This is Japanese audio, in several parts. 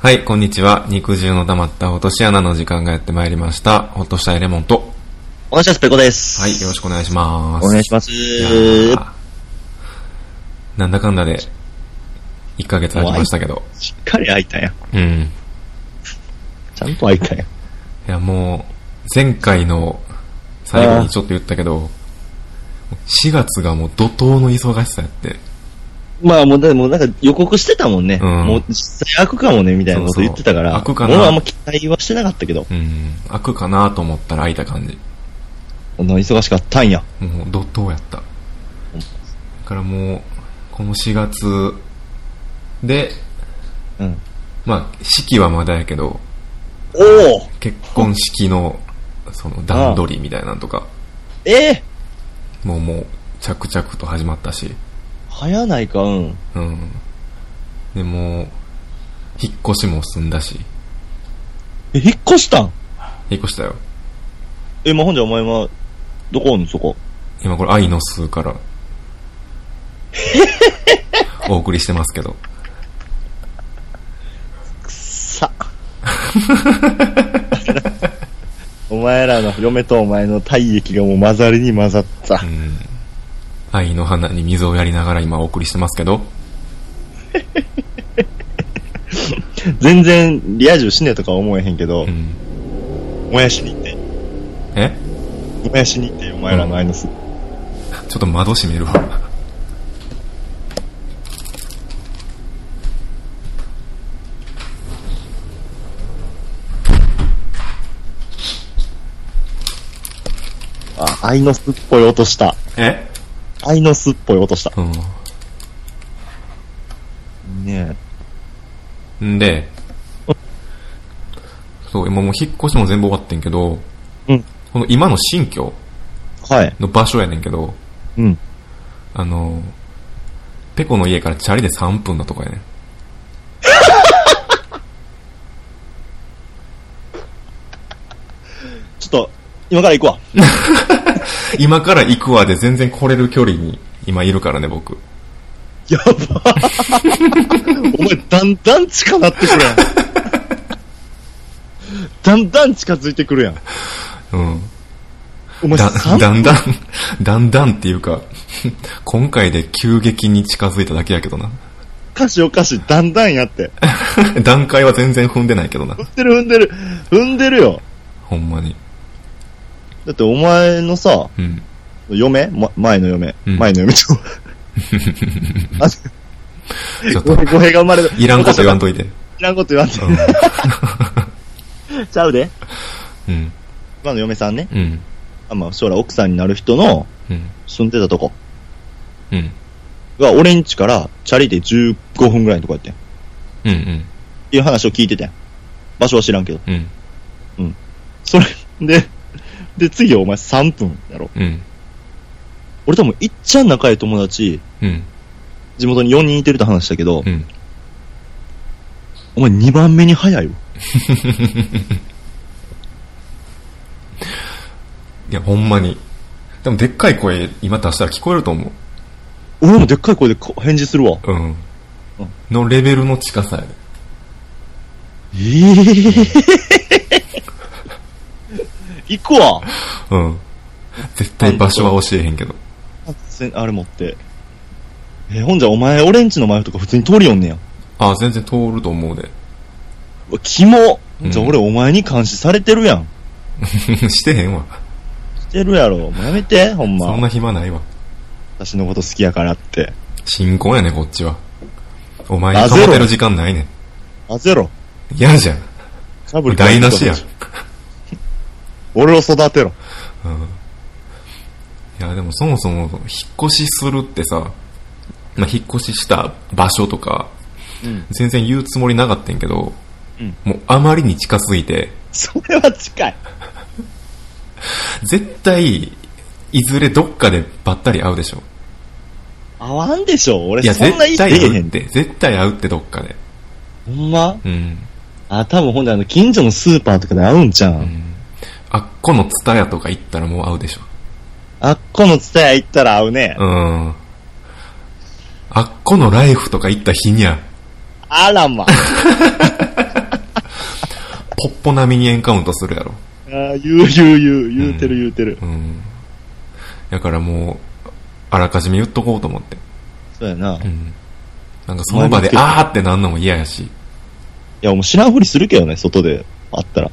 はい、こんにちは。肉汁の溜まった落とし穴の時間がやってまいりました。ほっとしたいレモンと。お願いします、ペコです。はい、よろしくお願いします。お願いします。いやーなんだかんだで、1ヶ月空きましたけど。しっかり開いたやん。うん。ちゃんと開いたやいん。や、もう、前回の最後にちょっと言ったけど、4月がもう怒涛の忙しさやって。まあもう、でもなんか予告してたもんね。うんもう実際開くかもね、みたいなこと言ってたから。そうそう開くかな俺はあんま期待はしてなかったけど。うん。開くかなと思ったら開いた感じ。こんな忙しかったんや。もう怒涛やった。だからもう、この4月で、うん。まあ、式はまだやけど、おお結婚式の、その段取りみたいなんとか、ええもうもう、着々と始まったし、早ないか、うん。うん。で、もう、引っ越しも済んだし、え、引っ越したん引っ越したよ。え、まあ、ほんじゃお前は、どこおんの、そこ。今これ愛の数からお送りしてますけど さ。お前らの嫁とお前の体液がもう混ざりに混ざった。愛の花に水をやりながら今お送りしてますけど全然、リア充死ねとか思えへんけどう、ん燃やしに行って。え燃やしに行って、お前らのアイノス。ちょっと窓閉めるわあ、アイノスっぽい音した。えアイノスっぽい音した。うねんんでそう今もう引っ越しも全部終わってんけどえ。うん。この今の新居はい。の場所やねんけどうん。あのペコの家からチャリで3分のとこやねんちょっと、今から行くわ。今から行くわで全然来れる距離に今いるからね僕 やばお前、だんだん近なってくる やん。だんだん近づいてくるやん。うんお前、だ、三だんだん、だんだんっていうか、 今回で急激に近づいただけやけどな。 かしおかし、だんだんやって。段階は全然踏んでないけどな。踏んでる踏んでる。踏んでるよ。ほんまに。だってお前のさ、うん。嫁、ま、前の嫁、うん前の 嫁と。あちょっ語と、弊語弊が生まれた。いらんこと言わんと。といて。いらんこと言わんと。 ちゃうで。うん。今の嫁さんね。うん。あまあ、将来奥さんになる人のうん。住んでたとこうん。が、俺ん家からチャリで15分ぐらいのとこやってん。っうん。うん。ていう話を聞いててん。場所は知らんけど。うん。それ、で、で、次お前3分やろ。うん。俺ともいっちゃん仲いい友達、うん。地元に4人いてるって話したけど、うん。お前2番目に早いわ。いや、ほんまに。でも、でっかい声、今出したら聞こえると思俺もでっかい声でこ返事するわ。う。うん。のレベルの近さやで。えー、 行くわ。うん。絶対場所は教えへんけど。せあれ持って。えーほんじゃお前、オレンジの前とか普通に通りよんねや。ああ、全然通ると思 うで。うわキモうんじゃあ俺お前に監視されてるやん。してへんわ。してるやろ。もうやめ て、ほんそんま。な暇ないわ。私のこと好きやからって。新婚やね、こっちは。お前に保てる時間ないねん。あぜろ。嫌じゃん。かぶり台無しやん。い俺を育てろ。や、でもそもそも、引っ越しするってさ、まあ、引っ越しした場所とか、うん。全然言うつもりなかったんやけど、うんもうあまりに近すぎて、それは近い。絶対、いずれどっかでばったり会うでしょ。合わんでしょ。俺いや、そんな言絶い対てえ会へうんっで。て、絶対会うってどっかで。ほんまうん。あ、多分ほんであの、近所のスーパーとかで会うんじゃん。あっこのツタヤとか行ったらもう会うでしょ。あっこのツタヤ行ったら会うね。うん。あっこのライフとか行った日にゃ、あらま。ぽ並みにエンカウントするやろ。ああ、言う言う言う、言うてる言うてる。うん。だからもう、あらかじめ言っとこうと思って。そうやうな。いん。なんかその場で、前向きやあーってなんのも嫌やし。や、もう知らんふりするけどね、外で会ったら。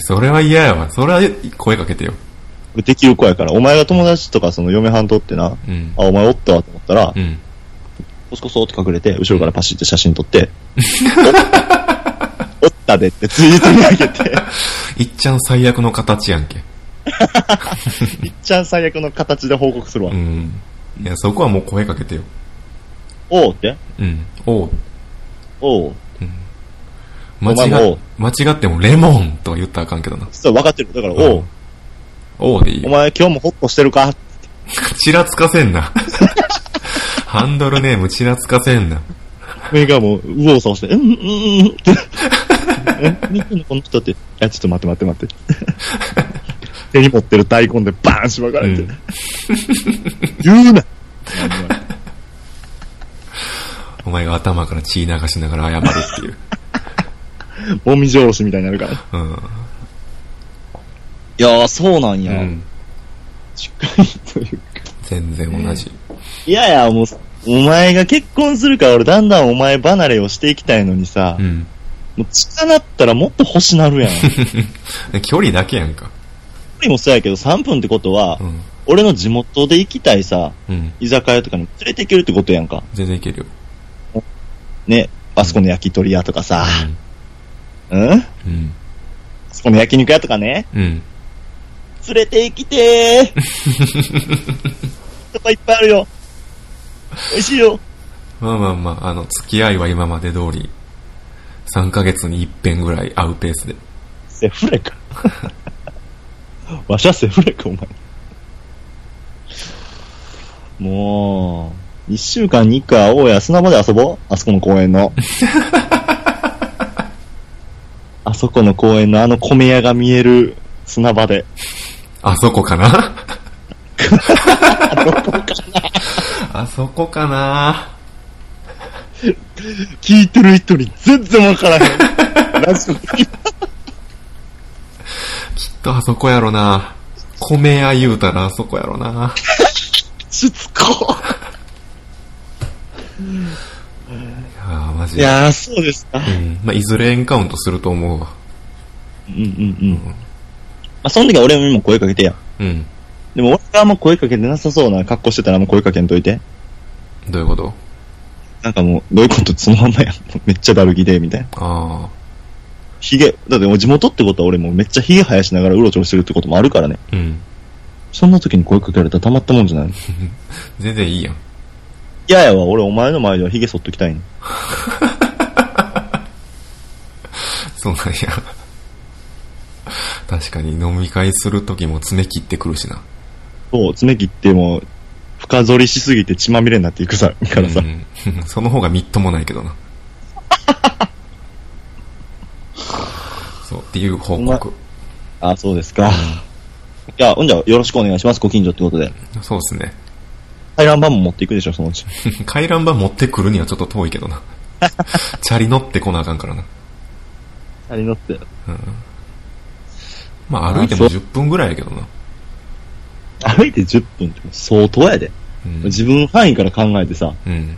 それは嫌やわ。それは声かけてよ。俺できる子やから、お前が友達とかその嫁はんとってな、あ、うん。お前おったわと思ったらう、ん。こそこそって隠れて、後ろからパシって写真撮って、 おおったでってツイートにあげて、いっちゃん最悪の形やんけ。いっちゃん最悪の形で報告するわう。ん。いや、そこはもう声かけてよ。おうってうん。おう。おう。間お前違も間違ってもレモンとは言ったらあかんけどな。実は分かってる。だから、おう。うんおうでいいおよ。前今日もホッとしてるかちらつかせん な。ハンドルネームちらつかせんな。目がもう、うおうそうして、うん、うん、うん、って。え、見てんのこの人って。いや、ちょっと待って待って待って。 手に持ってる大根でバーンしばかれて。うん言うなお前が頭から血流しながら謝るっていう。もみじおろしみたいになるから。いうん。やー、そうなんや。うん。近いというか。全然同じ。いやいや、もう、お前が結婚するから俺だんだんお前離れをしていきたいのにさ、うん。もう近なったらもっと星な るやん。距距離だけやんか。離もそうやけど3分ってことは、うん。俺の地元で行きたいさ、うん。居酒屋とかにも連れて行けるってことやんか。全然いけるよ。ね、あそこの焼き鳥屋とかさ、うんあうん。そこの焼肉屋とかね、うん。うん。連れて行きて ー。とかいっぱいあるよ。美味しいよ。まあまあまあ、あの、付き合いは今まで通り、3ヶ月に一遍ぐらい会うペースで。セフレか。わしゃセフレか、お前。もう、一週間に一回会おうや、砂場で遊ぼう。あそこの公園 の。あそこの公園のあの米屋が見える砂場で。あそこかなあそこかな聞いてる人に全然わからへ ん。ラジオ聞きいてっとあそこやろな。米屋言うたらあそこやろな。しつこ。いやーマジいで。やー、そうですか。うん。まあ、いずれエンカウントすると思うわ。うんうんうん。まあ、その時は俺にも声かけてや。うん。でも俺があんま声かけてなさそうな格好してたらもう声かけんといて。どういうことなんかもう、どういうことそのまんまやん。 めっちゃだるぎで、みたいな。あひげ、だってもう地元ってことは俺もうめっちゃひげ生やしながらうろちょろしてるってこともあるからね。あ。うん。そんな時に声かけられたらたまったもん じゃない。い全然いいやん。ややわ、俺お前の前ではひげ剃っときたいの。そうなんや。確かに飲み会するときも爪切ってくるしな。そう、爪切ってもう、深剃りしすぎて血まみれになっていくさ、からさ。うんその方がみっともないけ どな。そう、っていう報告。あ、そうですか。いや、ほんじゃ、よろしく お願いします、ご近所ってことで。そうですね。 回覧板も持っていくでしょ、そのうち。回覧板持ってくるにはちょっと遠いけどな。チャリ乗ってこなあかんからな。ありのって。まあ歩いてもあ10分ぐらいやけどな。歩いて10分って相当やで。うん。自分範囲から考えてさ、もうん。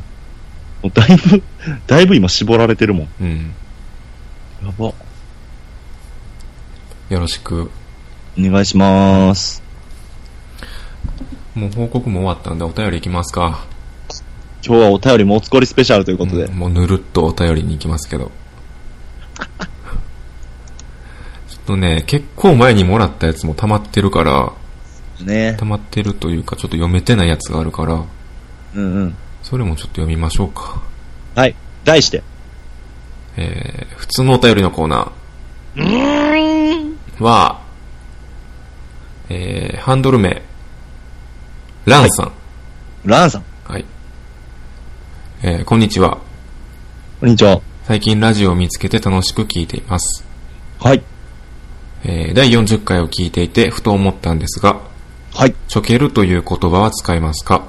うだいぶ、だいぶ今絞られてるもん。うん。やば。およろしく。願いします。もう報告も終わったんでお便り行きますか。今日はお便りもおつこりスペシャルということで。うんもうぬるっとお便りに行きますけど。 ちょっとね、結構前にもらったやつも溜まってるから、ね溜まってるというか、ちょっと読めてないやつがあるから、うんうん。それもちょっと読みましょうか。はい。題して。えー、普通のお便りのコーナーは、えー、ハンドル名、ランさん。ランさん。はい。えー、こんにちは。こんにちは。最近ラジオを見つけて楽しく聞いています。はい。えー第40回を聞いていてふと思ったんですが、はい。ちょけるという言葉は使いますか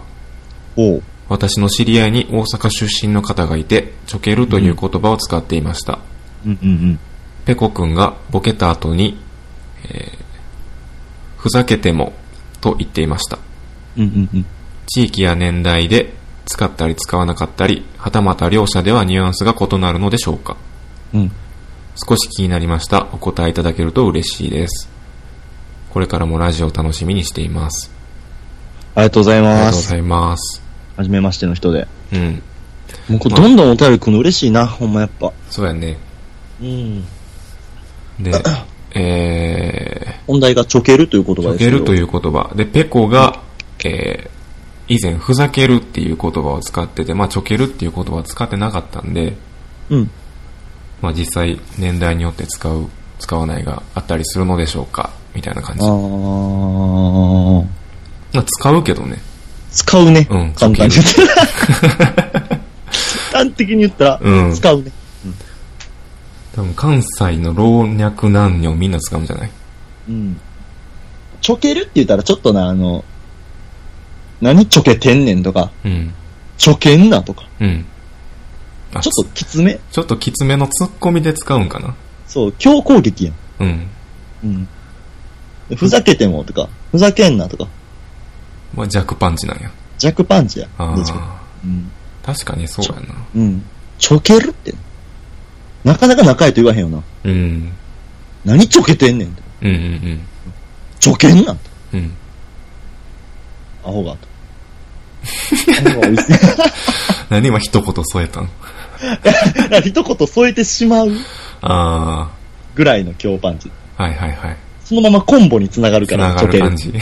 おう。私の知り合いに大阪出身の方がいて、ちょけるという言葉を使っていました。うんうんうん。ペコくんがボケた後に、えーふざけても、と言っていました。うんうんうん。地域や年代で使ったり使わなかったり、はたまた両者ではニュアンスが異なるのでしょうかうん。少し気になりました。お答えいただけると嬉しいです。これからもラジオ楽しみにしています。ありがとうございありがまとうごす。ざいます。はじめましての人で。うん。もうこれどんどんお便り来るの嬉しいな、ほんまやっぱ。そうやね。うん。で、 え本題がちょけるという言ー、葉溶ですけけど。るという言葉。で、ペコが、えー、以前、ふざけるっていう言葉を使ってて、まあ、ちょけるっていう言葉は使ってなかったんで、うん。まあ、実際、年代によって使う、使わないがあったりするのでしょうかみたいな感じ。あー。まあ、使うけどね。使うね。うん簡単に言ったら。 簡単的に言ったら、うん使うね。多分、関西の老若男女みんな使うんじゃないうん。ちょけるって言ったら、ちょっとな、あの、何ちょけてんねんとか、うん。ちょけんなとか、うん。あちょっときつめ。ちょっときつめのツッコミで使うんかなそう、強攻撃やん。うん。うん。ふざけてもとか、ふざけんなとか、まあ、弱パンチなんや。弱パンチや。あどっちかあ。うん。確かにそうやな。うん。ちょけるって。なかなか仲いいと言わへんよな。うん。何ちょけてんねんと。うんうんちょけんなと。うん。うん。アホがと。アホが 多いっすね何今一言添えたん一言添えてしまうあぐらいの強パンチ。あ。はいはいはい。そのままコンボにつながるかつら、ながる感ちょじ。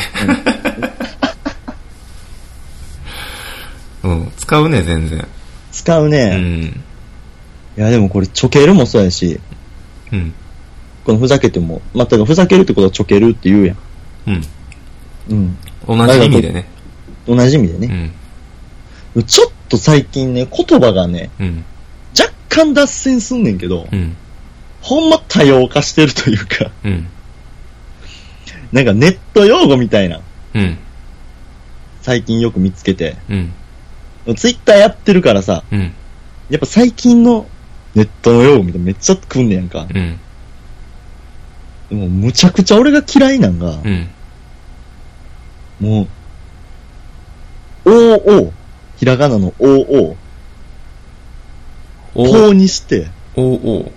うん。使うね、全然。ける使ううね、ん。いや、でもこれ、ちょけるもそうやし、うん。このふざけても、まあ、ただふざけるってことはちょけるって言うやん。うん。うん。同じ意味でね。同じ意味でうね。ん。ちょっと最近ね、言葉がね、うん。若干脱線すんねんけど、うん。ほんま多様化してるというか、 うん。なんかネット用語みたいな、うん。最近よく見つけて、うん。ツイッターやってるからさ、うん。やっぱ最近のネットの用語みたいなめっちゃくんねやんか。うん。でもむちゃくちゃ俺が嫌いなんが、うん。もう、OO、ひらがなの OO、お、 O にして、お、お、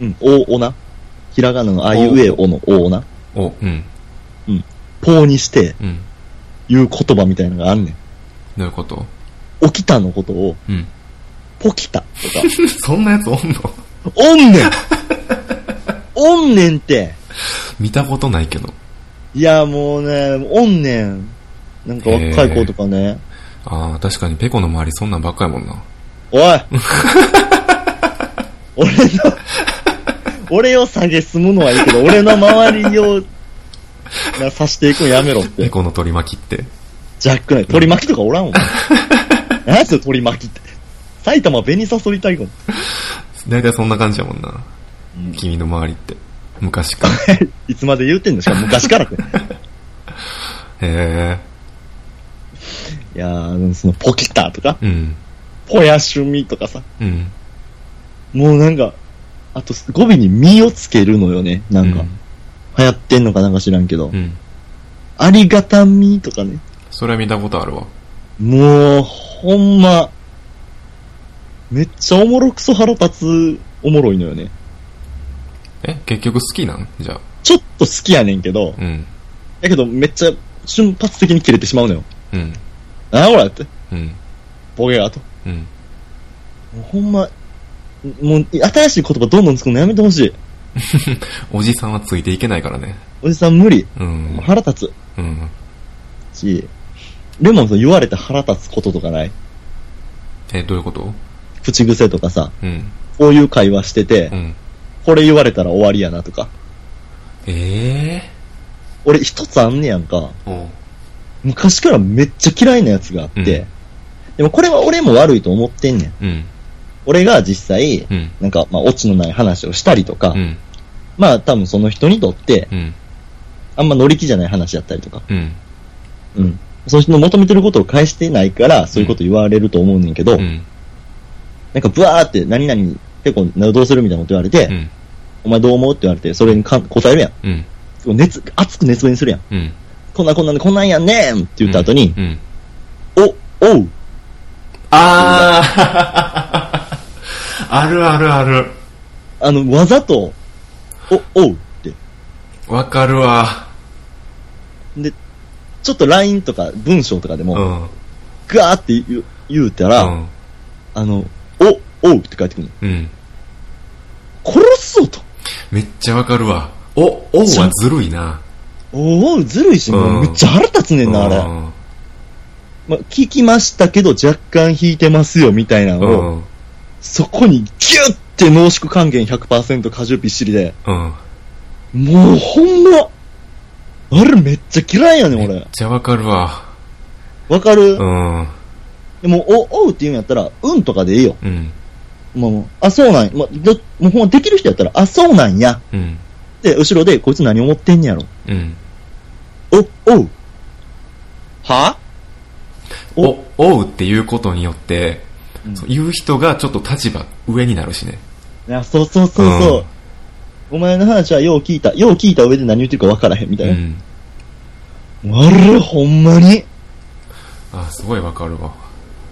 うん、OO な。ひらがなのあいうえおの O な。お、うん。ポーにして、うん。言う言葉みたいなのがあんねどういうことん。起きたのことを、うん。ポキタとか、 そんなやつおんの おんねんおんねんって。見たことないけど。いや、もうね、おんねん。なんか若い子とかね、ああ、確かにペコの周りそんなんばっかりもんな。お い俺の、俺を下げすむのはいいけど、俺の周りを、な、刺していくのやめろっペて。コの取り巻きって。ジャックナイフ。取り巻きとかおらん わ。何やつよ、取り巻きって。埼玉紅さそりたいかも。大体そんな感じやもんな。うん君の周りって。昔から。 いつまで言うてんのしかも昔からって。いへやー、その、ポキターとか、え。うん。ポヤシュミとかさ、うん。もうなんか、あと語尾に身をつけるのよね、なんか。流行ってんのかなんか知らんけど。うん。うん。ありがたみとかね。それは見たことあるわ。もう、ほんま、めっちゃおもろくそ腹立つおもろいのよね。え結局好きなんじゃあ。ちょっと好きやねんけど、うん。だけどめっちゃ瞬発的に切れてしまうのよ。うん。なあこれって、うん。ボケがと。うん。もうほんま、もう新しい言葉どんどん作るのやめてほしい。おじさんはついていけないからね。おじさん無理。うん。腹立うん。つし、レモンさん言われて腹立つこととかないえ、どういうこと口癖とかさ、うん。こういう会話しててう、ん。これ言われたら終わりやなとか。ええ俺一つあんねやんか。ー。おう。昔からめっちゃ嫌いなやつがあっうて、んでもこれは俺も悪いと思ってんねん。うん。俺が実際、うん。なんか、まあ、オチのない話をしたりとか、うん。まあ、多分その人にとって、うん。あんま乗り気じゃない話やったりとか、うん。うん。その人の求めてることを返してないから、そういうこと言われると思うねんけうど、ん。なんか、ブワーって、何々、結構、どうするみたいなこと言われて、うん。お前どう思うって言われて、それにかん答えるやん。うん。熱、熱く熱弁するやん。うん。こんなんこんなんでこんなんやんねんって言った後に、うん。お、おう、あー あるあるある。あの、わざと、お、おうって。わかるわ。で、ちょっと LINE とか文章とかでうも、ん。ガーって言う言うたうら、ん。あの、お、おうって書いてくるうん。殺すぞと。めっちゃわかるわ。お、おはずるいな。おう、ずるいし、もううんめっちゃ腹立つねんな、あれ。うんまあ、聞きましたけど若干引いてますよ、みたいなうのを、ん。うん。そこにギュッて濃縮還元100%果汁びっしりで、もうほんま、あれめっちゃ嫌いやねん、め俺っ。ちゃわかるわ。わかる、うん。でも、お、おうって言うんやったら、うんとかでいいよ。うん。もう、あ、そうなんや。まあ、どもうほんまできる人やったら、あ、そうなんや。うん。で、後ろで、こいつ何思ってんねやろ。うん。お、おう。はおお、おうっていうことによって、うんそう言う人がちょっと立場上になるしね。いや、そうそうそうそう。お前の話はよう聞いた。よう聞いた上で何言ってるか分からへん、みたういな。ん。あれ、ほんまに。あ、すごいわかるわ。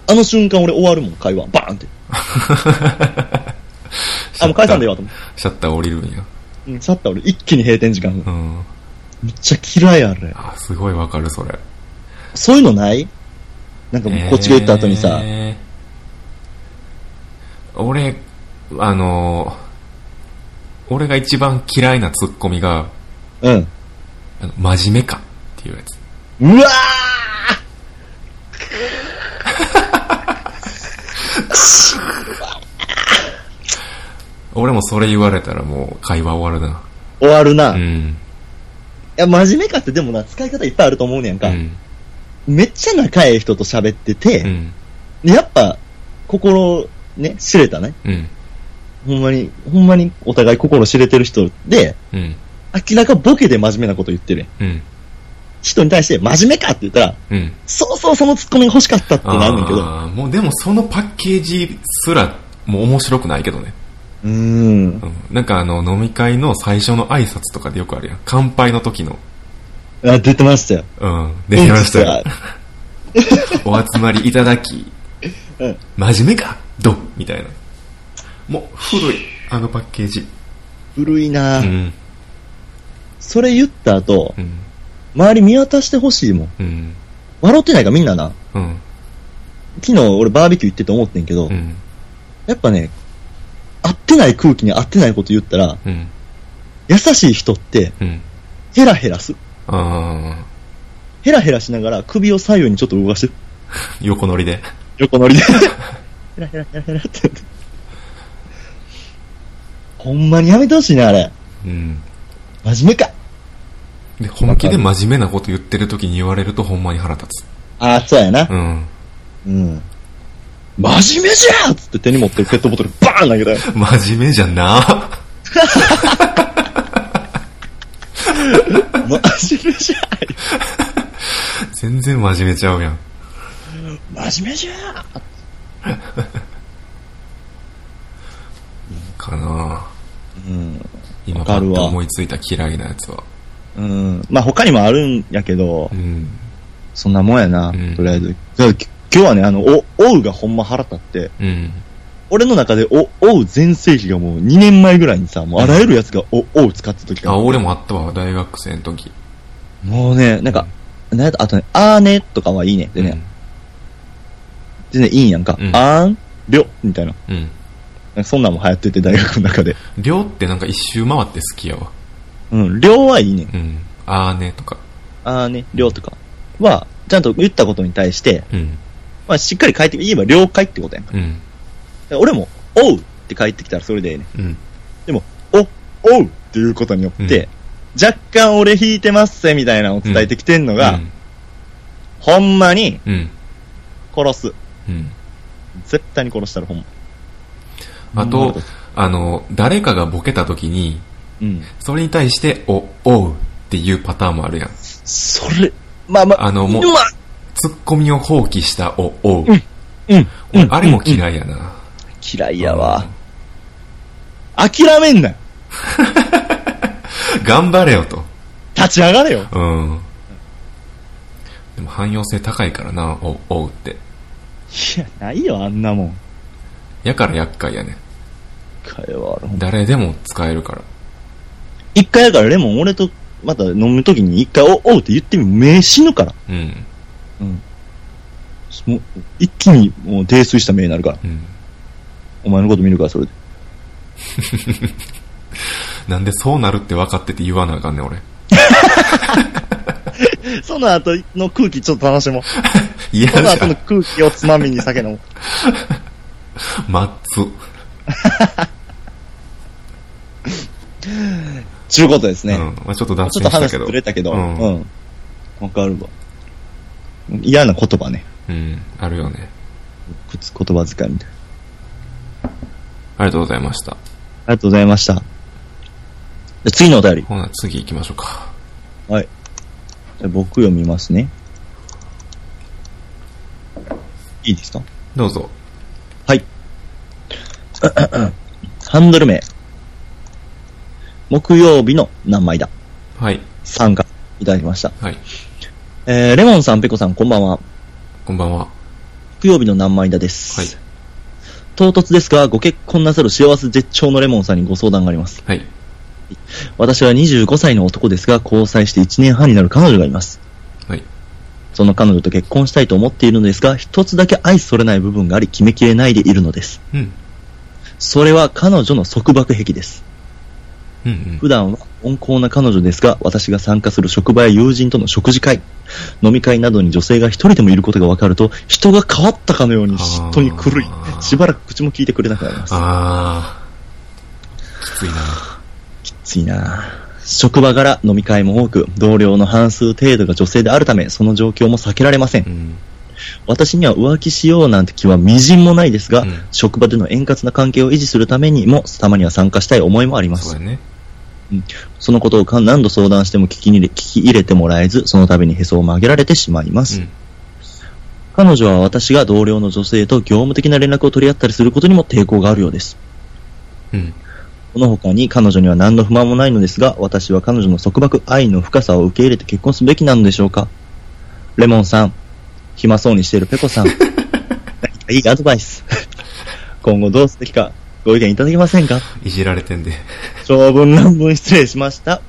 あの瞬間俺終わるもん、会話。バーンって。あ、もう解散だよ、と思って。シャッター降りるんや。うん、去った俺、一気に閉店時間。めっうん。ちゃ嫌いあれ。あ、すごいわかる、それ。そういうのないなんかもうこっちが言った後にさ、えー俺、あのー俺が一番嫌いなツッコミが、あの真面目かっていうやつ。うん。うわ俺もそれ言われたらもう会話終わるな。ー終わるな。ういん。や、真面目かってでもな、使い方いっぱいあると思うねやんうか。ん。めっちゃ仲いい人と喋ってて、うん。でやっぱ、心、ね、知れたね。うん。ほんまに、ほんまにお互い心知れてる人で、うん。明らかボケで真面目なこと言ってるやん。うん。人に対して真面目かって言ったら、うん。そうそうそのツッコミが欲しかったってなるねんけど。あーもうでもそのパッケージすらもう面白くないけどね。うーん。うん。なんかあの飲み会の最初の挨拶とかでよくあるやん。乾杯の時の。あ、出てましたよ。うん。できましたようん。お集まりいただき、うん真面目かどンみたいな。もう古い、あのパッケージ。古いなうぁ、ん。それ言った後う、ん。周り見渡してほしいもん。うん。笑ってないかみんなな。うん。昨日俺バーベキュー行ってて思ってんけど、うん。やっぱね、合ってない空気に合ってないこと言ったら、うん。優しい人って、うん。ヘラヘラする。あヘラヘラしながら首を左右にちょっと動かしてる。ー横乗りで。横乗 りで。ヘラヘラヘラヘラって。ほんまにやめてほしいな、あれ。うん。真面目か。で、本気で真面目なこと言ってる時に言われるとほんまに腹立つ。ああ、そうやな。うん。 うん。真面目じゃっつって手に持ってるペットボトルバーン投 げたよ。真面目じゃな 真面目じゃ全然真面目ちゃうやん。真面目じゃかなうん。今わパかるッわと思いついた嫌いなやつは。うん。まあ他にもあるんやけどう、ん。そんなもんやな、うんとりあえず。だからき今日はね、あの、お、おうがほんま腹立って、うん。俺の中でお、おう全盛期がもう2年前ぐらいにさ、もうあらゆるやつがお、おう使ってた時があ、俺もあったわ、大学生の時。もうね、なんか、なんやったあとね、あーねとかはいいね。でね、全然いいんやんか。うんあーん、りょ、みたいな。うん。うん。なんかそんなんも流行ってて、大学の中で。量ってなんか一周回って好きやわ。うん、りょはいいね。うん。あーねとか。あーね、りょとかは、ちゃんと言ったことに対して、うん。まあ、しっかり書いて、言えば了解ってことやんか。うん。俺も、おうって書いてきたらそれでええねん。うん。でも、お、おうっていうことによって、若干俺引いてますせみたいなのを伝えてきてんのが、ほんまにうん。殺す。うん。絶対に殺したらほんま。あと、あの、誰かがボケた時に、うん。それに対して、お、おうっていうパターンもあるやん。それ、まあまあ、あのもううわツッコミを放棄した、お、おう。うん。俺あれも嫌いやな。嫌いやわ。諦めんなよ。頑張れよと。立ち上がれよ。うん。でも汎用性高いからな、お、おうって。いや、ないよ、あんなもん。やから厄介やね。会話ある。誰でも使えるから。一回やからレモン、俺とまた飲むときに一回お、おうって言っても目死ぬから。うん。うん。もう、一気にもう泥酔した目になるから。うん。お前のこと見るから、それで。なんでそうなるって分かってて言わなあかんねん、俺。 その後の空気ちょっと楽し もう。いやそのじ後ゃんの空気をつまみに酒飲もう。マッツ。 ちゅうことですね。うん。まあちょっと脱ちょ線っとした話けど。ずれたけど、ううんん。わ、かるわ。嫌な言葉ね。うん。あるよね。くつ言葉遣いみたいな。ありがとうございました。ありがとうございました。じゃあ次のお便り。ほな、次行きましょうか。はい。じゃあ僕読みますね。いいですかどうぞ。はい。ハンドル名。木曜日の何枚だはい。参加いただきました。はい。えー、レモンさん、ペコさん、こんばんは。こんばんは。木曜日の何枚だです。はい。唐突ですが、ご結婚なさる幸せ絶頂のレモンさんにご相談があります。はい。私は25歳の男ですが、交際して1年半になる彼女がいます。はい。その彼女と結婚したいと思っているのですが、一つだけ愛それない部分があり、決めきれないでいるのです。うん。それは彼女の束縛癖です。うんうん普。段は温厚な彼女ですが、私が参加する職場や友人との食事会、飲み会などに女性が一人でもいることが分かると、人が変わったかのように嫉妬に狂いあ、ーしばらく口も聞いてくれなくなります。あー。きついな。ついなあ職場柄飲み会も多く、同僚の半数程度が女性であるため、その状況も避けられませんう。ん。私には浮気しようなんて気は微塵もないですが、うん職場での円滑な関係を維持するためにも、たまには参加したい思いもありまそうすだ。ね。そのことを何度相談しても聞きに入れ聞き入れてもらえず、その度にへそを曲げられてしまいます。うん。彼女は私が同僚の女性と業務的な連絡を取り合ったりすることにも抵抗があるようです。うん。この他に彼女には何の不満もないのですが、私は彼女の束縛、愛の深さを受け入れて結婚すべきなのでしょうかレモンさん、暇そうにしているペ コさん、何かいいアドバイス。今後どうすべきか、ご意見いただけませんかいじられてんで。長文乱文失礼しました。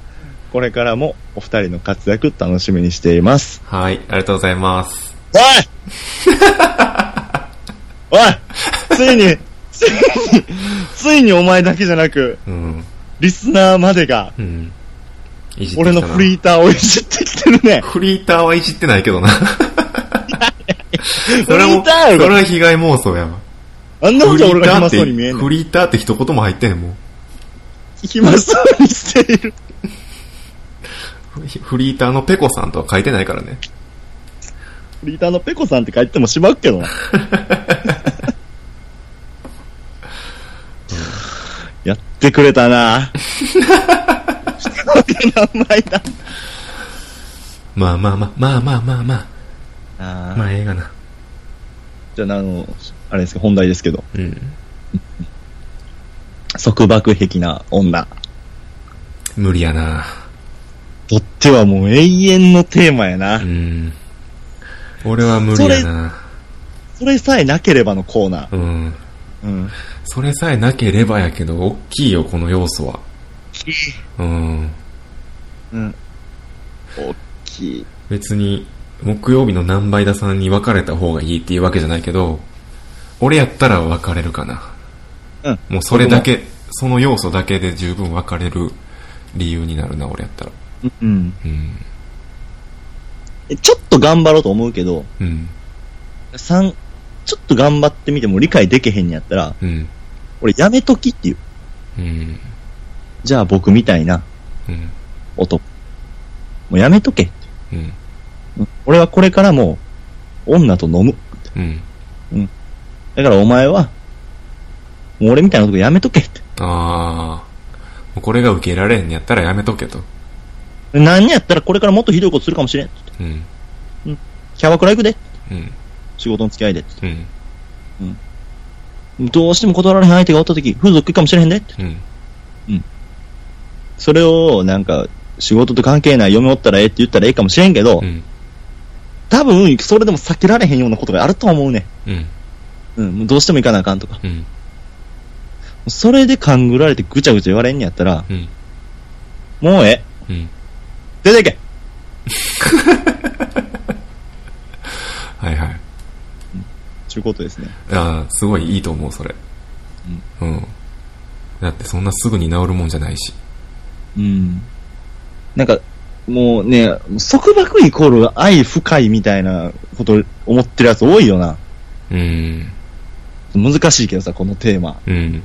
これからもお二人の活躍楽しみにしています。はい。ありがとうございます。おい おいついに、ついに、ついにお前だけじゃなく、うん。リスナーまでが、うん。いじってきたな俺のフリーターをいじってきてるね。フリーターはいじってないけ どな。それフリも、ーターやそろれは被害妄想やわ。あんなこフとリ俺ーターがっ暇て、そうに見えんのフリーターって一言も入ってへんもん。暇そうにしている。フリーターのペコさんとは書いてないからね。フリーターのペコさんって書いてもしまうけどな。やってくれたな名前だ。まあまあまあ、まあまあまあまあ、まあええがな。じゃあ、あの、あれですけど、本題ですけど、うん。束縛癖な女。無理やな。とってはもう永遠のテーマやな。うん。俺は無理やな。それさえなければのコーナー。うん。うん。それさえなければやけど、大きいよ、この要素は。うん。うん。大きい。別に、木曜日の何倍田さんに別れた方がいいっていうわけじゃないけど、俺やったら別れるかな。うん。もうそれだけ、その要素だけで十分別れる理由になるな、俺やったら。うん。うん。ちょっと頑張ろうと思うけど、うん。三、ちょっと頑張ってみても理解できへんにやったら、うん。俺やめときっていう。うん。じゃあ僕みたいなうん。男。もうやめとけ。うん。うん俺はこれからもう、女と飲む。うん。だからお前は、もう俺みたいな男やめとけって。あー。もうこれが受けられんやったらやめとけと。何やったらこれからもっとひどいことするかもしれん。うん。キャバクラ行くで。うん。仕事の付き合いで。うん。どうしても断られへん相手がおった時、風俗行くかもしれへんで。うん。それをなんか仕事と関係ない嫁おったらええって言ったらええかもしれんけど、うん。多分それでも避けられへんようなことがあると思うねうん。ん。うん、もうどうしても行かなあかんとか。うん。それで勘ぐられてぐちゃぐちゃ言われんやったら、うん。もうえうえ。ん。出ていけはいはい。ちゅうことですね。ああ、すごいいいと思う、それ。うん。だってそんなすぐに治るもんじゃないし。うん。なんか、もうね、束縛イコール愛深いみたいなこと思ってるやつ多いよな。うん。難しいけどさ、このテーマ。うん。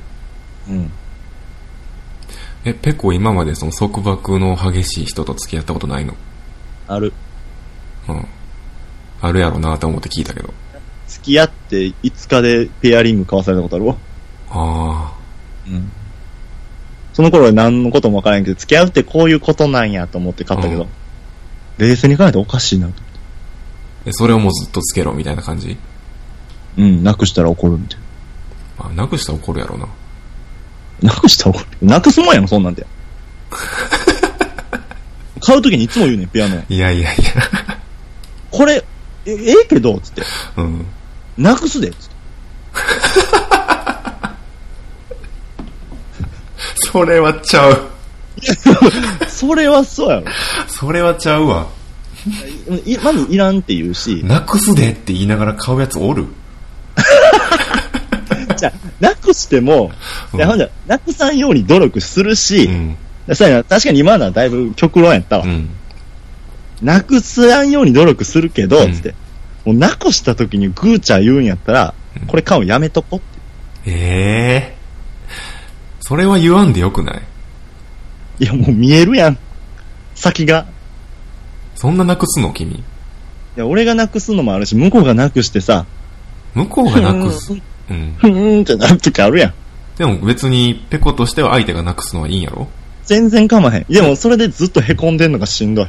うん。え、ペコ今までその束縛の激しい人と付き合ったことないのある。うん。あるやろなと思って聞いたけど。付き合って5日でペアリング交わされたことあるわ。あうん。その頃は何のこともわからんけど、付き合うってこういうことなんやと思って買ったけど、うん冷静に考えておかしいなと。あ。え、それをもうずっとつけろみたいな感じうん、なくしたら怒るみたいまあ、なくしたら怒るやろな。な。なくしたら怒る。なくすもんやもん、そんな んで。買うときにいつも言うねん、ピアノ。いやいやいこれ、え、ええけど、つって。や。うん。なくすで、つって。それはちゃう。それはそうやろ。それはちゃうわ。いまずいらんって言うし、なくすでって言いながら買うやつおるじゃあなくしても、うんいやほんじゃ、なくさんように努力するし、うん。そうやな確かに今のはだいぶ極論やったわ。うん。なくさんように努力するけど、うんつって。もうなくした時にグーちゃん言うんやったら、これ買うのやめとこって。ええそれは言わんでよくないいや、もう見えるやん。先が。そんななくすの君。いや、俺がなくすのもあるし、向こうがなくしてさ、向こうがなくすうん。うん。ふーんってなる時あるやん。でも別に、ペコとしては相手がなくすのはいいんやろ全然構まへん。でも、それでずっと凹んでんのがしんどい。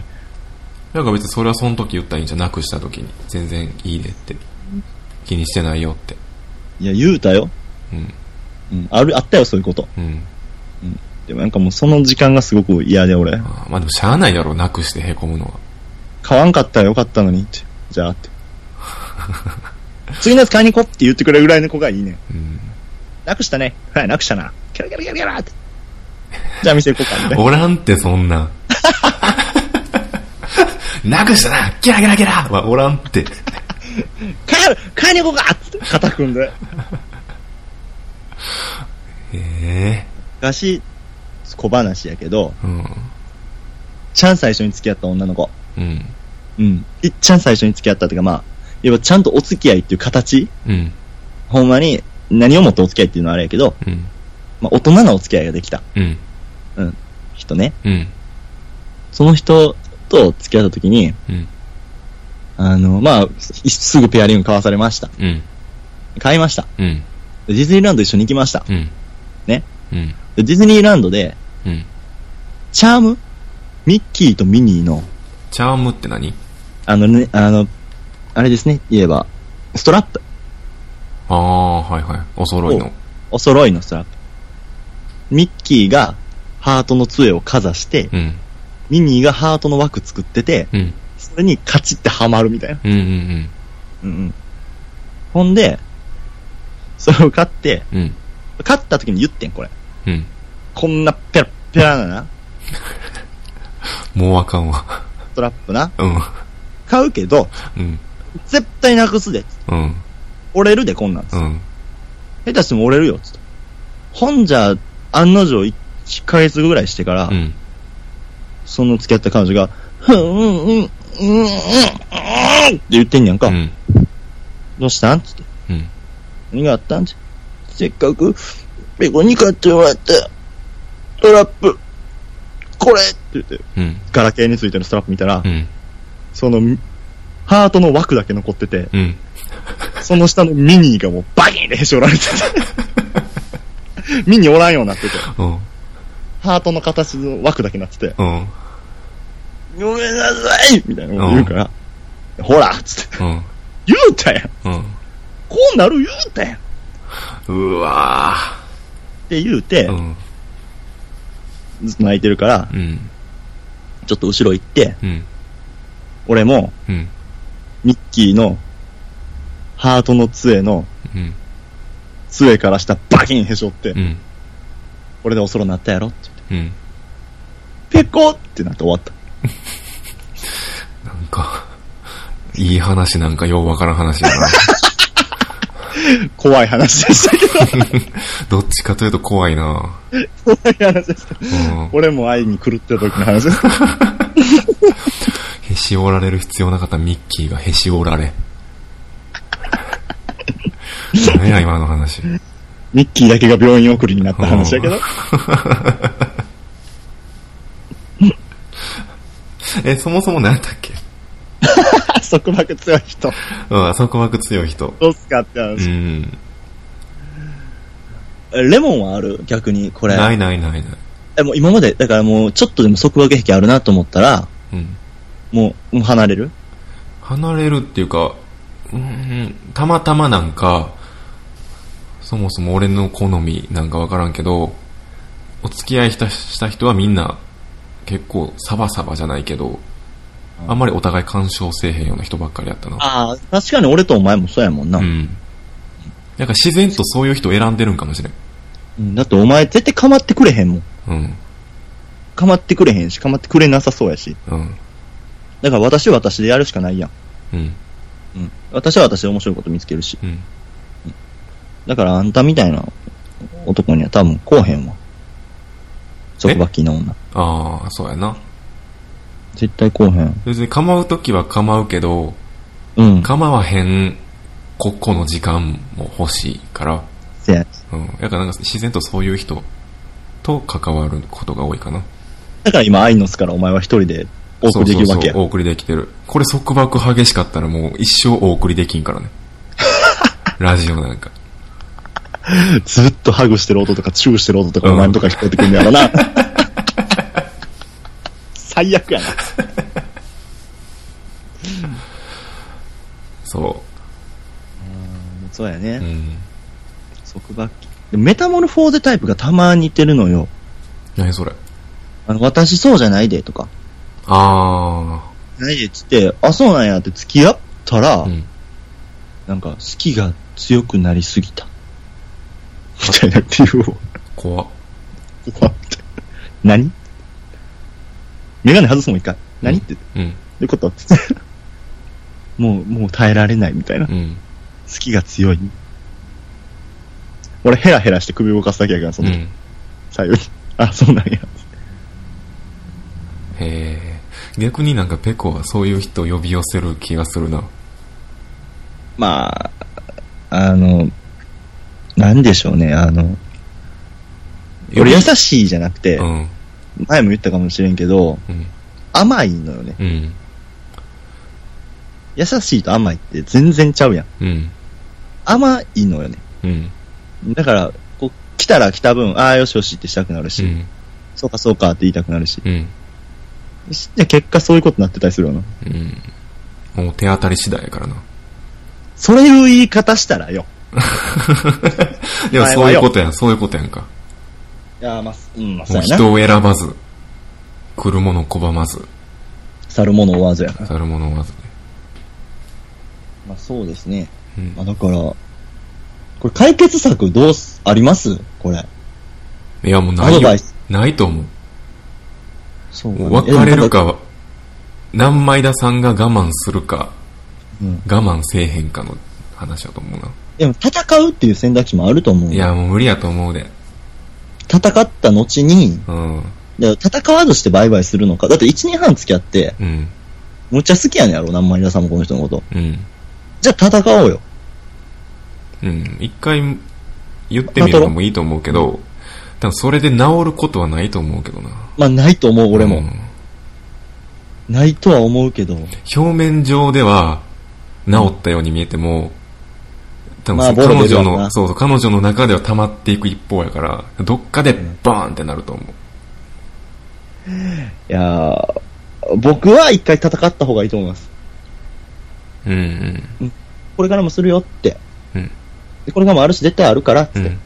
だから別にそれはその時言ったらいいんじゃんなくした時に。全然いいでって。気にしてないよって。いや、言うたよ。うん。うん、ある、あったよ、そういうこと。うん。でもなんかもうその時間がすごく嫌で俺、あーまあでもしゃあないやろ、なくして凹むのは。買わんかったらよかったのにって。じゃあって。次のやつ買いに行こうって言ってくれるぐらいの子がいいねん。うん。なくしたね。はい、なくしたな。キャラキャラキャラキャラって。じゃあ店行こうかみたいな。おらんって、そん なん。なくしたなゲラゲラゲラはおらんって。帰る買いに行こうかって肩組んで。ええ昔、小話やけど、うん。ちゃん最初に付き合った女の子。うん。うん。いっちゃん最初に付き合ったっていうかまあ、要はちゃんとお付き合いっていう形うん。ほんまに何をもってお付き合いっていうのはあれやけど、うん。まあ大人なお付き合いができたうん。人ね。うん。その人と付き合った時に、うん。あの、まあ、すすぐペアリング買わされました。うん。買いました。うん。でディズニーランド一緒に行きました。うん。ね。うん。でディズニーランドで、うん。チャームミッキーとミニーの、チャームって何あのね、あの、あれですね、言えば、ストラップ。ああ、はいはい。お揃いの。お揃いのストラップ。ミッキーがハートの杖をかざして、うん。ミニーがハートの枠作ってて、うん。それにカチッてはまるみたいな。うんうんうんうん。ほんで、それを買って、うん。うん。買った時に言ってん、これ。うん。こんなペラッペラなな、もうあかんわ。ストラップな。うん。買うけど、うん。絶対なくすで。うん。折れるで、こんなん。うん。下手しても折れるよ、つって。ほんじゃ、案の定、1ヶ月ぐらいしてから、うん。その付き合った彼女が、ふん、うん、うん、うん、うん、うん、うんって言ってんねやんか。うん。どうしたんつって。うん。何があったんつって。せっかく、ペコに買ってもらった、トラップ、これって言って、うん。ガラケーについてのストラップ見たら、うん。その、ハートの枠だけ残ってて、うん。その下のミニーがもうバキーンってへし折られてた。ミニーおらんようになってて、うん。ハートの形の枠だけになってて、うん。ごめんなさいみたいなこと言うから、ほらっつって、うん。言うたやんこうなる言うたやんっうん。うわて言うて、ぁ。うん。ずっと泣いてるから、うん。ちょっと後ろ行って、うん。俺も、うん。ミッキーの、ハートの杖の、うん。杖から下バキンへし折って、うん。これでおそろなったやろって言っうてん。ペコってなって終わった。なんか、いい話なんかようわからん話やな。怖い話でしたけ ど、どっちかというと怖いな。怖い話でした。うん。俺も愛に狂ってた時の話です。へし折られる必要なかったミッキーがへし折られ。何や今の話。ミッキーだけが病院送りになった話やけど、 え、そもそも何やったっけ束縛強い人、うん、束縛強い人。どうすかってう話。ん。えレモンはある逆に、これ。ないないないない。え、もう今まで、だからもう、ちょっとでも束縛癖あるなと思ったら、うん。もう、もう離れる離れるっていうか、うん、たまたまなんか、そもそも俺の好みなんかわからんけど、お付き合いしたした人はみんな結構サバサバじゃないけど、あんまりお互い干渉せえへんような人ばっかりやったな。ああ、確かに俺とお前もそうやもんな。ううんん。なんか自然とそういう人を選んでるんかもしれん。だってお前絶対構ってくれへんもん。うん。構ってくれへんし、構ってくれなさそうやし。うん。だから私は私でやるしかないやん。うん。うん。私は私で面白いこと見つけるし。うん。だからあんたみたいな男には多分こうへんわ。束縛機の女。ああ、そうやな。絶対こうへん。別に構うときは構うけど、うん。構わへん、ここの時間も欲しいから、せや。うん。やからなんか自然とそういう人と関わることが多いかな。だから今、アイノスからお前は一人でお送りできるそわけや。うそうそうお送りできてる。これ束縛激しかったらもう一生お送りできんからね。 ラジオなんか。ずっとハグしてる音とか、チューしてる音とか、お前のとか聞こえてくるんやろな。最悪やな。そそうやう。うね。ん。束縛機。でメタモルフォーゼタイプがたまに似てるのよ。何それ。あの、私そうじゃないでとか。あないでっつって、あ、そうなんやって付き合ったら、あ。うん。なんか、好きが強くなりすぎた。みたいな理由を。怖っ怖くて 何メガネ外すもん一回。何って、どうん。ういうこと つってもう、もう耐えられないみたいな。好うん。きが強い。俺ヘラヘラして首動かすだけやから、そうの時、ん。左右に。あ、そうなんや。へえ。逆になんかペコはそういう人を呼び寄せる気がするな。まあ、あの、なんでしょうね、あの、俺優しいじゃなくて、うん。前も言ったかもしれんけど、うん。甘いのよね。うん。優しいと甘いって全然ちゃうやん。うん。甘いのよね。うん。だから、こう、来たら来た分、ああ、よしよしってしたくなるうし、ん。そうかそうかって言いたくなるし、うん。で結果そういうことになってたりするよな。うん。もう手当たり次第やからな。そういう言い方したらよ。いや、前そうはいようことやん、そういうことやんか。いやー、まあ、うん、まあ、そうもうやな。人を選ばず、来るもの拒まず、去る者追わずやから。去るもの追わずね。まあ、そうですね。うんまあ、だから、これ解決策どうす、ありますこれ。いや、もうなアドいよバイス。ないと思。そううもうかね別れる。えか、何枚田さんが我慢するか、でもなんか我慢せえへんかの話だと思うな。うん、でも戦うっていう選択肢もあると思う。いや、もう無理やと思うで。戦った後に、うん。だから戦わずしてバイバイするのか。だって1年半付き合って、うん。むっちゃ好きやねやろ、何枚田さんもこの人のこと。うん。じゃあ戦おうよ。うん。一回言ってみるのもいいと思うけど、多分それで治ることはないと思うけどな。まあ、ないと思う、俺も。うんないとは思うけど。表面上では治ったように見えても、多分まあそのボロ彼出る女わなの、そうそう、彼女の中では溜まっていく一方やから、どっかでバーンってなると思いやー僕は一回戦った方がいいと思います。う。うんうん。これからもするよって。うんでこれからもあるし、絶対あるからっうて、ん。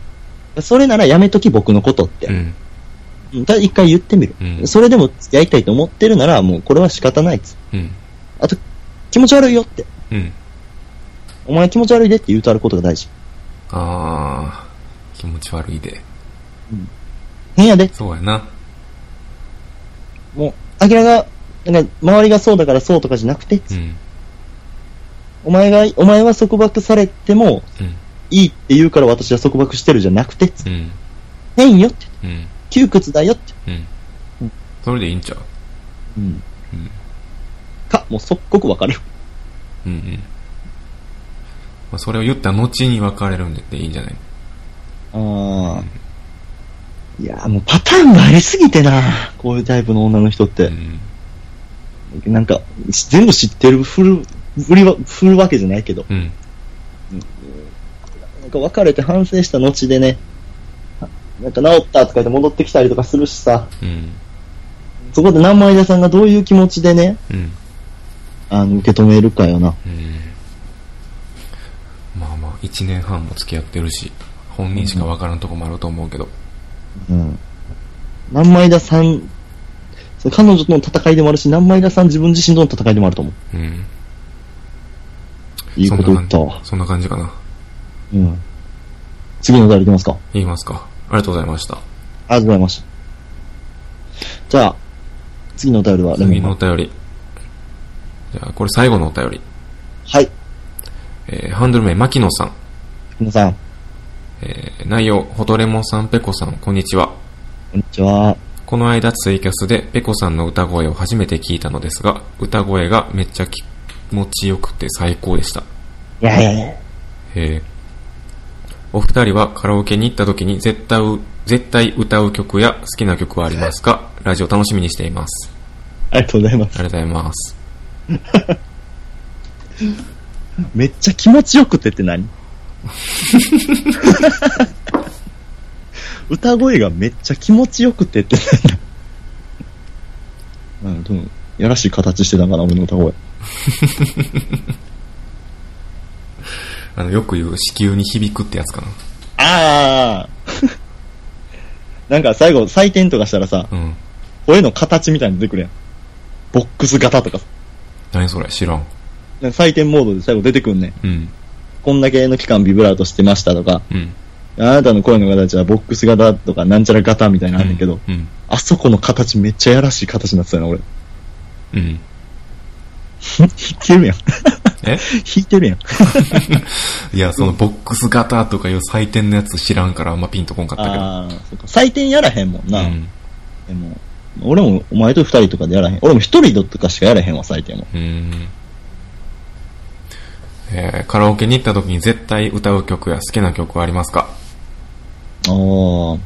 それならやめとき僕のことって、うん。ただ一回言ってみる。うんそれでも付き合いたいと思ってるなら、もうこれは仕方ないっつ。うん。あと、気持ち悪いよって。うん。お前気持ち悪いでって言うとあることが大事。あー、気持ち悪いで。変やで。そうやな。もう、あきらが、なんか、周りがそうだからそうとかじゃなくて、うん。お前が、お前は束縛されても、うん。いいって言うから私は束縛してるじゃなくて、うん。変よって、うん。窮屈だよって。うんうん。それでいいんちゃううん。うん。か、もう即刻別れる。うんうん。まあ、それを言った後に別れるんでいいんじゃないああ。いやーもうパターンがありすぎてな、こういうタイプの女の人っうて。ん。なんか、し全部知ってる、振る、振りは、振るわけじゃないけど、うん。なんか別れて反省した後でね、あなんか治ったとか言って戻ってきたりとかするしさ、うん。そこで南前田さんがどういう気持ちでね、うん。あの、受け止めるかよな。うん。まあまあ、一年半も付き合ってるし、本人しかわからんとこもあると思うけど。うん。南前田さん、その彼女との戦いでもあるし、南前田さん自分自身との戦いでもあると思う。うん。いいこと言ったそんなわ感じ。そんな感じかな。うん。次のお題いきますか。言いますか。ありがとうございました。ありがとうございました。じゃあ、次のお便りはレモ次ンのおの。便り。じゃあ、これ最後のお便り。はい。えーハンドル名、牧野さん。皆さん、こえー内容、ホトレモンさん、ペコさん、こんにちは。んにちは。この間ツイキャスでペコさんの歌声を初めて聞いたのですが、歌声がめっちゃ気持ちよくて最高でした。いやいやいや。へーお二人はカラオケに行った時に絶対う、絶対歌う曲や好きな曲はありますかラジオ楽しみにしています。ありがとうございます。ありがとうございます。めっちゃ気持ちよくてって 何歌声がめっちゃ気持ちよくてって何うん、でも、やらしい形してたから、俺の歌声。あの、よく言う、子宮に響くってやつかな。ああなんか最後、採点とかしたらさ、うん。声の形みたいに出てくるやん。ボックス型とかさ何それ知らん。なんか採点モードで最後出てくんねん。うん。こんだけの期間ビブラートしてましたとか、うん。あなたの声の形はボックス型とかなんちゃら型みたいなのあんねんけど、うん。あそこの形めっちゃやらしい形になってたよな、俺。うん。弾いてるやん。え弾いてるやん。いや、そのボックス型とかいう採点のやつ知らんからあんまピンとこんかったけど。ああ、そうか。採点やらへんもんな。うん。でも、俺もお前と二人とかでやらへん。俺も一人とかしかやらへんわ、採点も。うーん。えーカラオケに行った時に絶対歌う曲や好きな曲はありますかああ。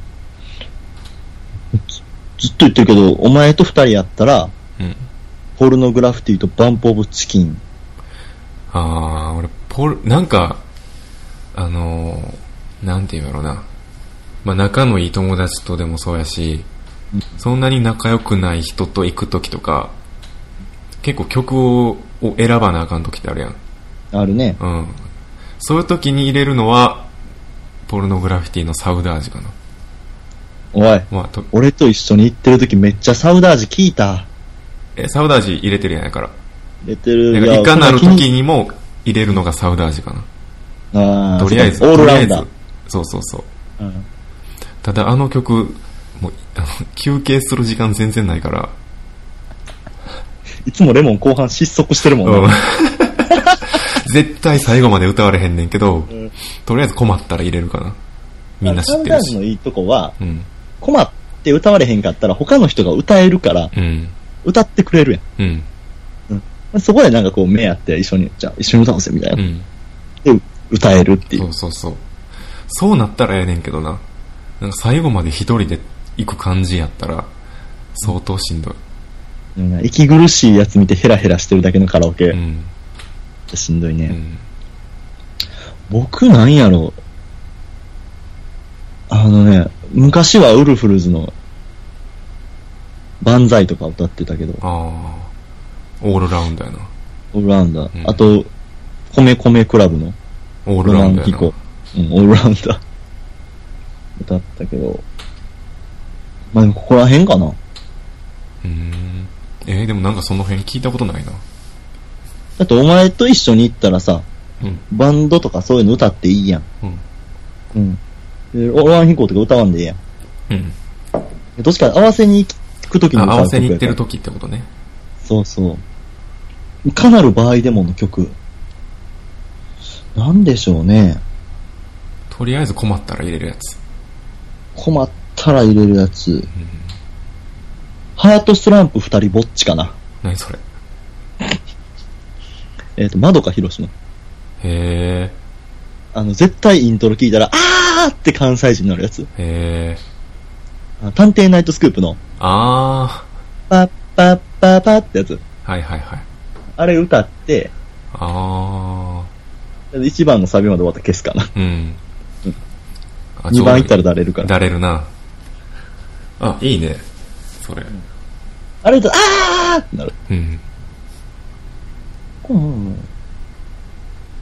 ずずっと言ってるけど、お前と二人やったら、うん。ポルノグラフィティとバンプオブチキン。あー、俺、ポル、なんか、あのー、なんて言うやろな。まあ、仲のいい友達とでもそうやし、そんなに仲良くない人と行く時とか、結構曲をを選ばなあかん時ってあるやん。あるね。うん。そういう時に入れるのは、ポルノグラフィティのサウダージかな。おい、まあ、と俺と一緒に行ってる時めっちゃサウダージ聞いた。えサウダージ入れてるやんやから。出てる。だからいかなるいや時にも入れるのがサウダージかな。あーとりあえず。オールラウンとりあダえーず。そうそうそう。うんただあの曲、もう、あの、休憩する時間全然ないから。いつもレモン後半失速してるもんうん ね。。絶対最後まで歌われへんねんけど、んとりあえず困ったら入れるかな。みんな知ってサウダるージし。のいいとこは、うん。困って歌われへんかったら他の人が歌えるから、うん。歌ってくれるやうん。ん。そこでなんかこう目合って一緒に、じゃあ一緒に歌おうぜみたいうな。ん。で、歌えるっていそうう。そうそう。そうなったらええねんけどな。なんか最後まで一人で行く感じやったら、相当しんどい。うん息苦しいやつ見てヘラヘラしてるだけのカラオケう。ん。しんどいうね。ん。僕なんやろう。あのね、昔はウルフルズの万歳とか歌ってたけど、ああ。オールラウンドやな。オールラウンダー。うんあと、米米クラブのオールロララウンンドやキなコ。。うん、オールラウンダー。歌ったけど、まあでもここら辺かな。うーん。えーでもなんかその辺聞いたことないな。だってお前と一緒に行ったらさ、うん。バンドとかそういうの歌っていいやん。うん。うん。でオラン飛行とか歌わんでええやん。うん。どっちか合わせに行くときにあ歌う合わせに行ってる曲やか時ってことね。らそうそう。かなる場合でもの曲。なんでしょうね。とりあえず困ったら入れるやつ。困ったら入れるやつ。ハートストランプ二人ぼっちかな。何それ。えっ、と、窓か広島。へあの、絶対イントロ聞いたら、あーって関西人になるやつ。え。へえ。あ探偵ナイトスクープの、あパッパッパッパってやつ。ー。はいはいはい。あれ歌って、あ1番のサビまで終わったら消すかな。ー。うん。あ2番行っちょたうらだれるかどだら。れるな。あ、いいね。それ。あれだと、あーってなる。うん。うん好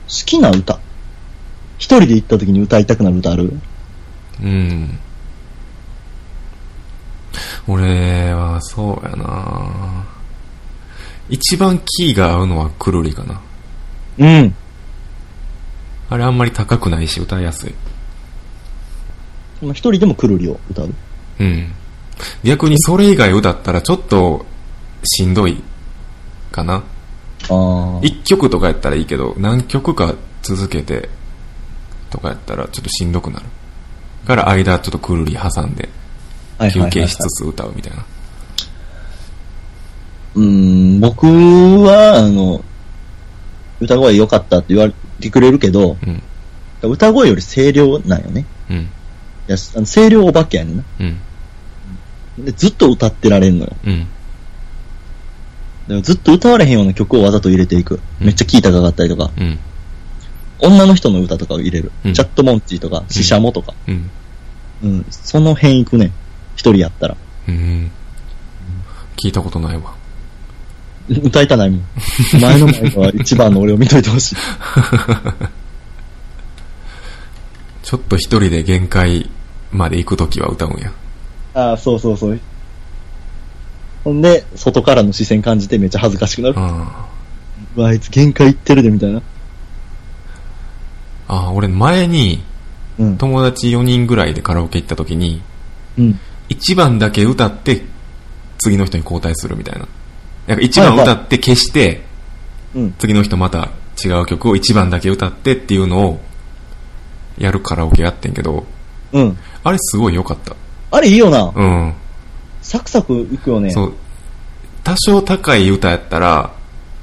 きな歌。一人で行った時に歌いたくなる歌あるうん。俺は、そうやな一番キーが合うのはくるりかな。うん。あれあんまり高くないし歌いやすい。まあ一人でもくるりを歌う。うん。逆にそれ以外歌ったらちょっとしんどいかな。あ一曲とかやったらいいけど、何曲か続けてとかやったらちょっとしんどくなる。から間ちょっとくるり挟んであ休憩しつつ歌うみたいな。うん、僕は、あの、歌声良かったって言われてくれるけど、うん。歌声より声量なんよね。うん。いやあの声量お化けやねんな。うん。で、ずっと歌ってられんのよ。うん。だからずっと歌われへんような曲をわざと入れていく。うんめっちゃ聴いたかかったりとか、うん。女の人の歌とかを入れる。うんチャットモンチーとか、シシャモとか。うん。うん、その辺行くね。一人やったら。うん。聞いたことないわ。歌い たないもん。お前の前は一番の俺を見といてほしい。ちょっと一人で限界まで行くときは歌うんや。ああ、そうそうそう。ほんで、外からの視線感じてめっちゃ恥ずかしくなる。あうわあいつ限界行ってるで、みたいな。あー、俺前にうん。友達4人ぐらいでカラオケ行ったときに、うん。 1番だけ歌って、次の人に交代するみたいな。なんか1番歌って消して、うん。次の人また違う曲を1番だけ歌ってっていうのを、やるカラオケやってんけど、うん。あれすごい良かった。あれいいよな。うん。サクサク行くよね。そう。多少高い歌やったら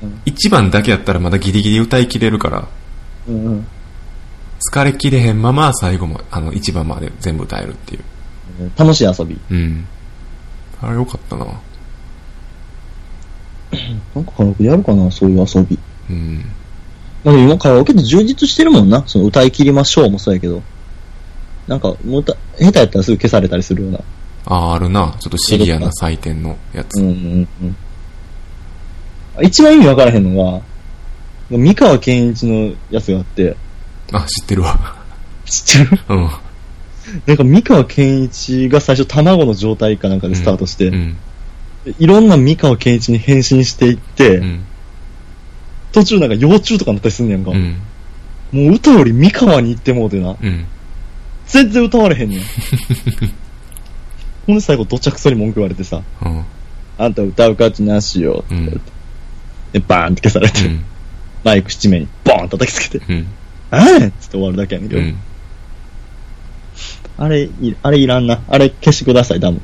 うん、 1番だけやったらまだギリギリ歌い切れるから、うんうん。疲れきれへんまま最後も、あの、1番まで全部歌えるっていう。楽しい遊び。うん。あれ良かったな。なんかカラオケやるかな、そういう遊び。うん。なんか今カラオケって充実してるもんな。その歌い切りましょうもそうやけど。なんか、もう歌、下手やったらすぐ消されたりするような。ああ、あるな。ちょっとシビアな採点のやつうん。うんうんあ。一番意味わからへんのが、三河健一のやつがあって、あ、知ってるわ。 知ってるうん。なんか三河健一が最初卵の状態かなんかでスタートして、うん。いろんな三河健一に変身していって、うん。途中なんか幼虫とかになったりすんねやんか。うん。もう歌より三河に行ってもうてな。うん。全然歌われへ んねん。ほんで最後どちゃくそに文句言われてさ、うん。あんた歌う価値なしよって言われて。で、バーンって消されて、うん。マイク七面にボーン叩きつけて、うん。あーっつって終わるだけやねんけうど、ん。あれい、あれいらんな。あれ消してください、ダム。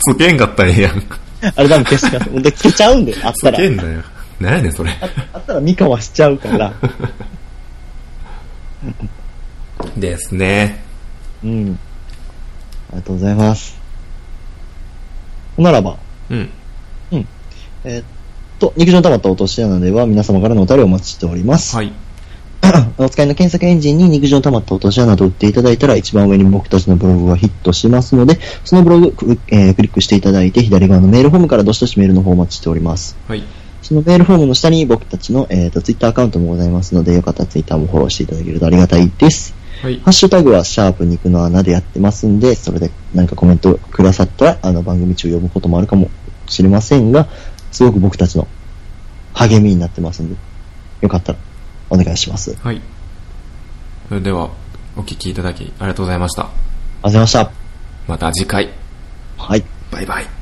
つけんかったらええやん。あれダム消してください。ほんで消しちゃうんで、あっつたらけ。んなよ。なんやねん、それ。あったら三河しちゃ うから。ですね。うん。ありがとうございます。ほんならば、うん。えーっと、肉汁の溜まった落とし穴では皆様からのお便りをお待ちしております。はい。お使いの検索エンジンに肉汁の溜まった落とし穴と打っていただいたら一番上に僕たちのブログがヒットしますので、そのブログ、くえークリックしていただいて左側のメールフォームからどしどしメールの方をお待ちしております。はい。そのメールフォームの下に僕たちの、えー、とツイッターアカウントもございますので、よかったらツイッターもフォローしていただけるとありがたいです。はいハッシュタグは、シャープ肉の穴でやってますんで、それで何かコメントくださったら、あの、番組中読むこともあるかもしれませんが、すごく僕たちの励みになってますんで、よかったらお願いします。ありがとはいそれではお聞きいただきありがとうございましたうございました。また次回はい。バイバイ